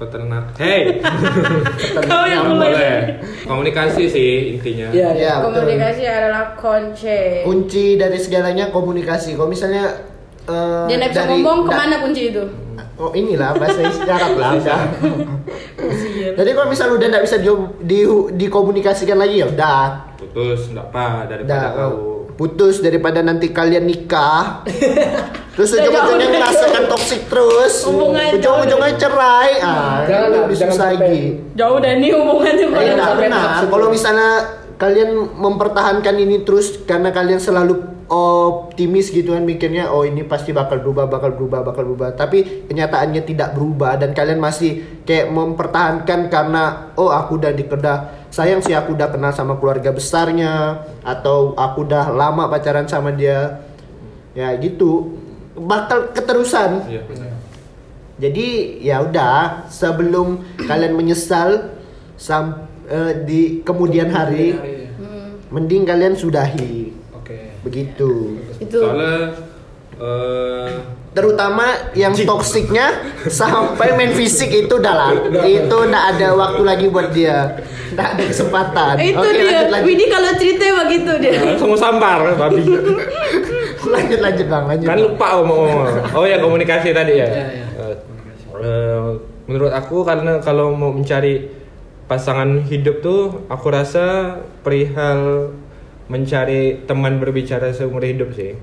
A: peternak. Hey,
C: Kau yang mulai.
A: boleh. Komunikasi sih intinya.
E: Oh, Iya.
B: Iya, betul.
C: Komunikasi adalah kunci.
B: kunci dari segalanya komunikasi. Kalau misalnya eh,
C: Dia nggak bisa
B: dari- da-
C: ngomong kemana kunci itu?
B: Oh inilah bahasa Arab lah udah.
C: Kasihan.
B: Jadi kalau misalnya udah nggak bisa di, di- dikomunikasikan lagi ya udah,
A: Putus enggak apa
B: udah
A: daripada kau.
B: putus daripada nanti kalian nikah. terus
C: Udah
B: ujung-ujungnya
C: jauh, udah
B: ngerasakan toksik terus,
C: Hubungan
B: ujung-ujungnya cerai, ah,
E: Jangan lah,
B: lebih
E: jangan
B: susah
E: sampai-
B: lagi.
C: Jauh dan ini hubungannya
B: Eh,
C: pada
E: Jangan
B: nggak
E: sampai
B: benar.
E: nafsu.
B: Kalau misalnya kalian mempertahankan ini terus karena kalian selalu optimis gitu kan mikirnya oh ini pasti bakal berubah bakal berubah bakal berubah tapi kenyataannya tidak berubah dan kalian masih kayak mempertahankan karena oh aku udah dikerda sayang sih aku udah kenal sama keluarga besarnya atau aku udah lama pacaran sama dia ya gitu bakal keterusan
A: Iya, benar.
B: jadi ya udah sebelum kalian menyesal sam, eh, di kemudian hari
E: ya.
C: Hmm,
B: mending kalian sudahi
E: oke
B: begitu.
C: itu
A: Soalnya eh,
B: Terutama yang toksiknya sampai main fisik itu udah lah. Itu nggak ada waktu lagi buat dia. Nggak ada kesempatan.
C: itu
B: Oke,
C: dia.
B: lanjut lanjut.
C: Widi kalau cerita begitu dia.
A: langsung sampar babi.
B: Lanjut lanjut Bang, lanjut.
A: kan lupa ngomong. Oh ya komunikasi tadi ya.
E: Iya, iya.
A: Eh, eh, menurut aku karena kalau mau mencari pasangan hidup tuh aku rasa perihal mencari teman berbicara seumur hidup sih.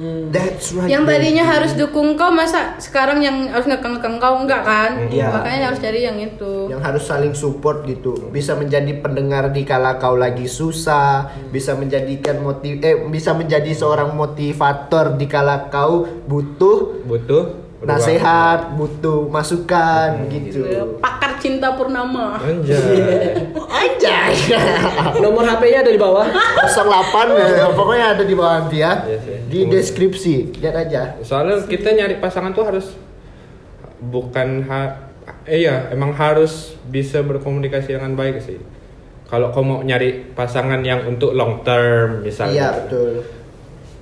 E: Hmm.
B: That's right.
C: Yang
B: bro.
C: tadinya harus dukung kau masa sekarang yang harus ngekang-ngekang kau enggak kan?
B: Iya.
C: Makanya harus cari yang itu.
B: yang harus saling support gitu bisa menjadi pendengar di kala kau lagi susah bisa menjadikan motiv eh bisa menjadi seorang motivator di kala kau butuh
A: Butuh ruang.
B: nasihat butuh masukan
A: Hmm,
B: gitu
C: Ya, Pakar cinta purnama.
A: Anjay.
B: anjay
E: nomor HP-nya ada di bawah
B: 08 ya, pokoknya ada di bawah nanti ya
A: Yes, yes.
B: di deskripsi lihat aja
A: Soalnya kita nyari pasangan tuh harus bukan ha eh ya emang harus bisa berkomunikasi dengan baik sih. Kalau kau mau nyari pasangan yang untuk long term misalnya.
B: iya betul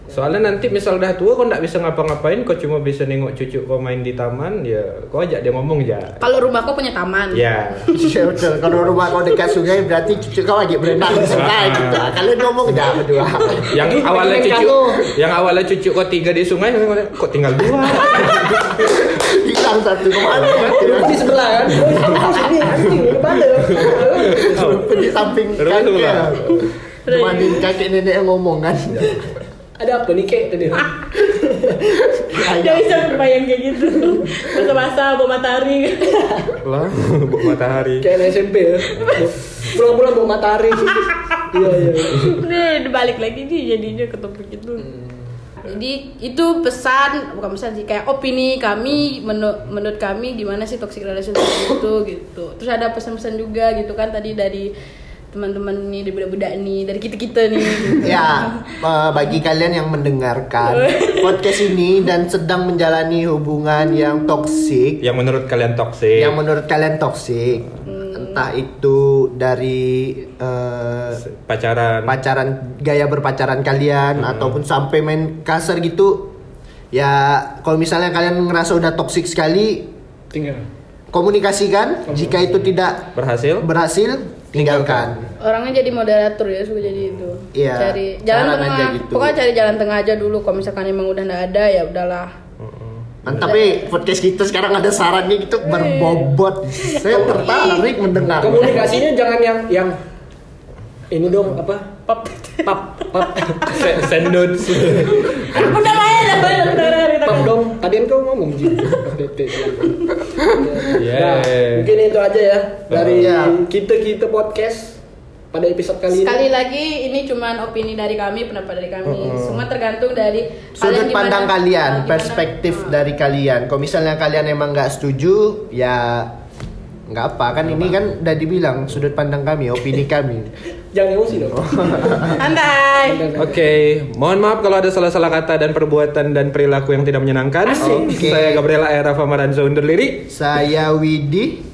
A: Soalnya nanti misal udah tua kau nggak bisa ngapa-ngapain, kau cuma bisa nengok cucu kau main di taman, ya kau ajak dia ngomong aja.
C: Kalau rumah kau punya taman.
A: Ya.
B: Iya betul. Kalau rumah kau dekat sungai berarti cucu kau lagi berenang di sungai gitu.
A: Ah.
B: Kalian ngomong dah berdua.
A: Yang awalnya cucu, yang awalnya cucu kau tiga di sungai, kok tinggal dua.
B: Hilang satu kemana? ya?
E: di sebelah kan Oh, sini anjing depan
A: Oh,
B: di samping
A: Terus
B: kakek
A: tuh, Bang.
B: Cuma di kakek nenek yang ngomong kan
E: ada apa nih kek tadi
C: Gak bisa berbayang kayak gitu Basah-basah, bawa matahari
A: lah bawa matahari
E: Kayak anak SMP ya. Pulang-pulang bawa matahari. Iya iya.
C: Nih, balik lagi nih jadinya gitu. ke topik itu
B: Mm.
C: Jadi itu pesan, bukan pesan sih, kayak opini kami menu- menurut kami gimana sih toxic relationship itu gitu. Terus ada pesan-pesan juga gitu kan tadi dari teman-teman nih, dari budak-budak nih, dari kita-kita nih. gitu.
B: Ya, eh, bagi kalian yang mendengarkan podcast ini dan sedang menjalani hubungan yang toksik,
D: yang menurut kalian toksik
A: Iya.
B: yang menurut kalian toksik,
C: Hmm.
B: entah itu dari eh,
D: pacaran
B: pacaran gaya berpacaran kalian ataupun sampai main kasar gitu, ya kalau misalnya kalian ngerasa udah toksik sekali,
E: Tinggal.
B: komunikasikan. Jika itu tidak
D: berhasil
B: berhasil, tinggalkan.
C: Orangnya jadi moderator ya, suka jadi itu.
B: Iya,
C: Cari jalan
B: saran
C: tengah.
B: aja gitu.
C: Pokoknya cari jalan tengah aja dulu. Kalau misalkan emang udah nggak ada ya udahlah.
B: Mantap eh, podcast kita sekarang ada sarannya gitu berbobot. Saya tertarik mendengar.
E: Nah, Komunikasinya jangan yang yang ini dong apa? Pap pap pap
D: Se- sendut
C: Udah lah ya, udah lah, udah lah, udah lah.
E: pap dong. Tadi kan kau ngomong Ji. FDT.
D: Yeah.
E: Nah, mungkin itu aja ya dari
B: Iya.
E: kita kita podcast pada episode kali ini.
C: Sekali lagi ini cuman opini dari kami, pendapat dari kami. Semua tergantung dari
B: Sudut
C: kalian
B: pandang
C: gimana,
B: kalian,
C: gimana.
B: perspektif dari kalian. Kalau misalnya kalian emang nggak setuju, ya nggak apa kan ini kan udah dibilang sudut pandang kami, opini kami.
E: Jangan emosi dong.
C: Santai.
D: Oke, mohon maaf kalau ada salah-salah kata dan perbuatan dan perilaku yang tidak menyenangkan.
B: Asik.
D: Saya Gabriela Era Famaranzo undur diri.
B: Saya Widi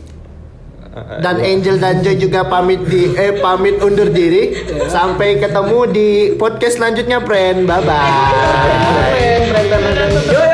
B: dan Angel dan Joy juga pamit di eh pamit undur diri. Sampai ketemu di podcast selanjutnya, friend. Bye bye.
E: Keren, keren, keren, keren. Yo, yo.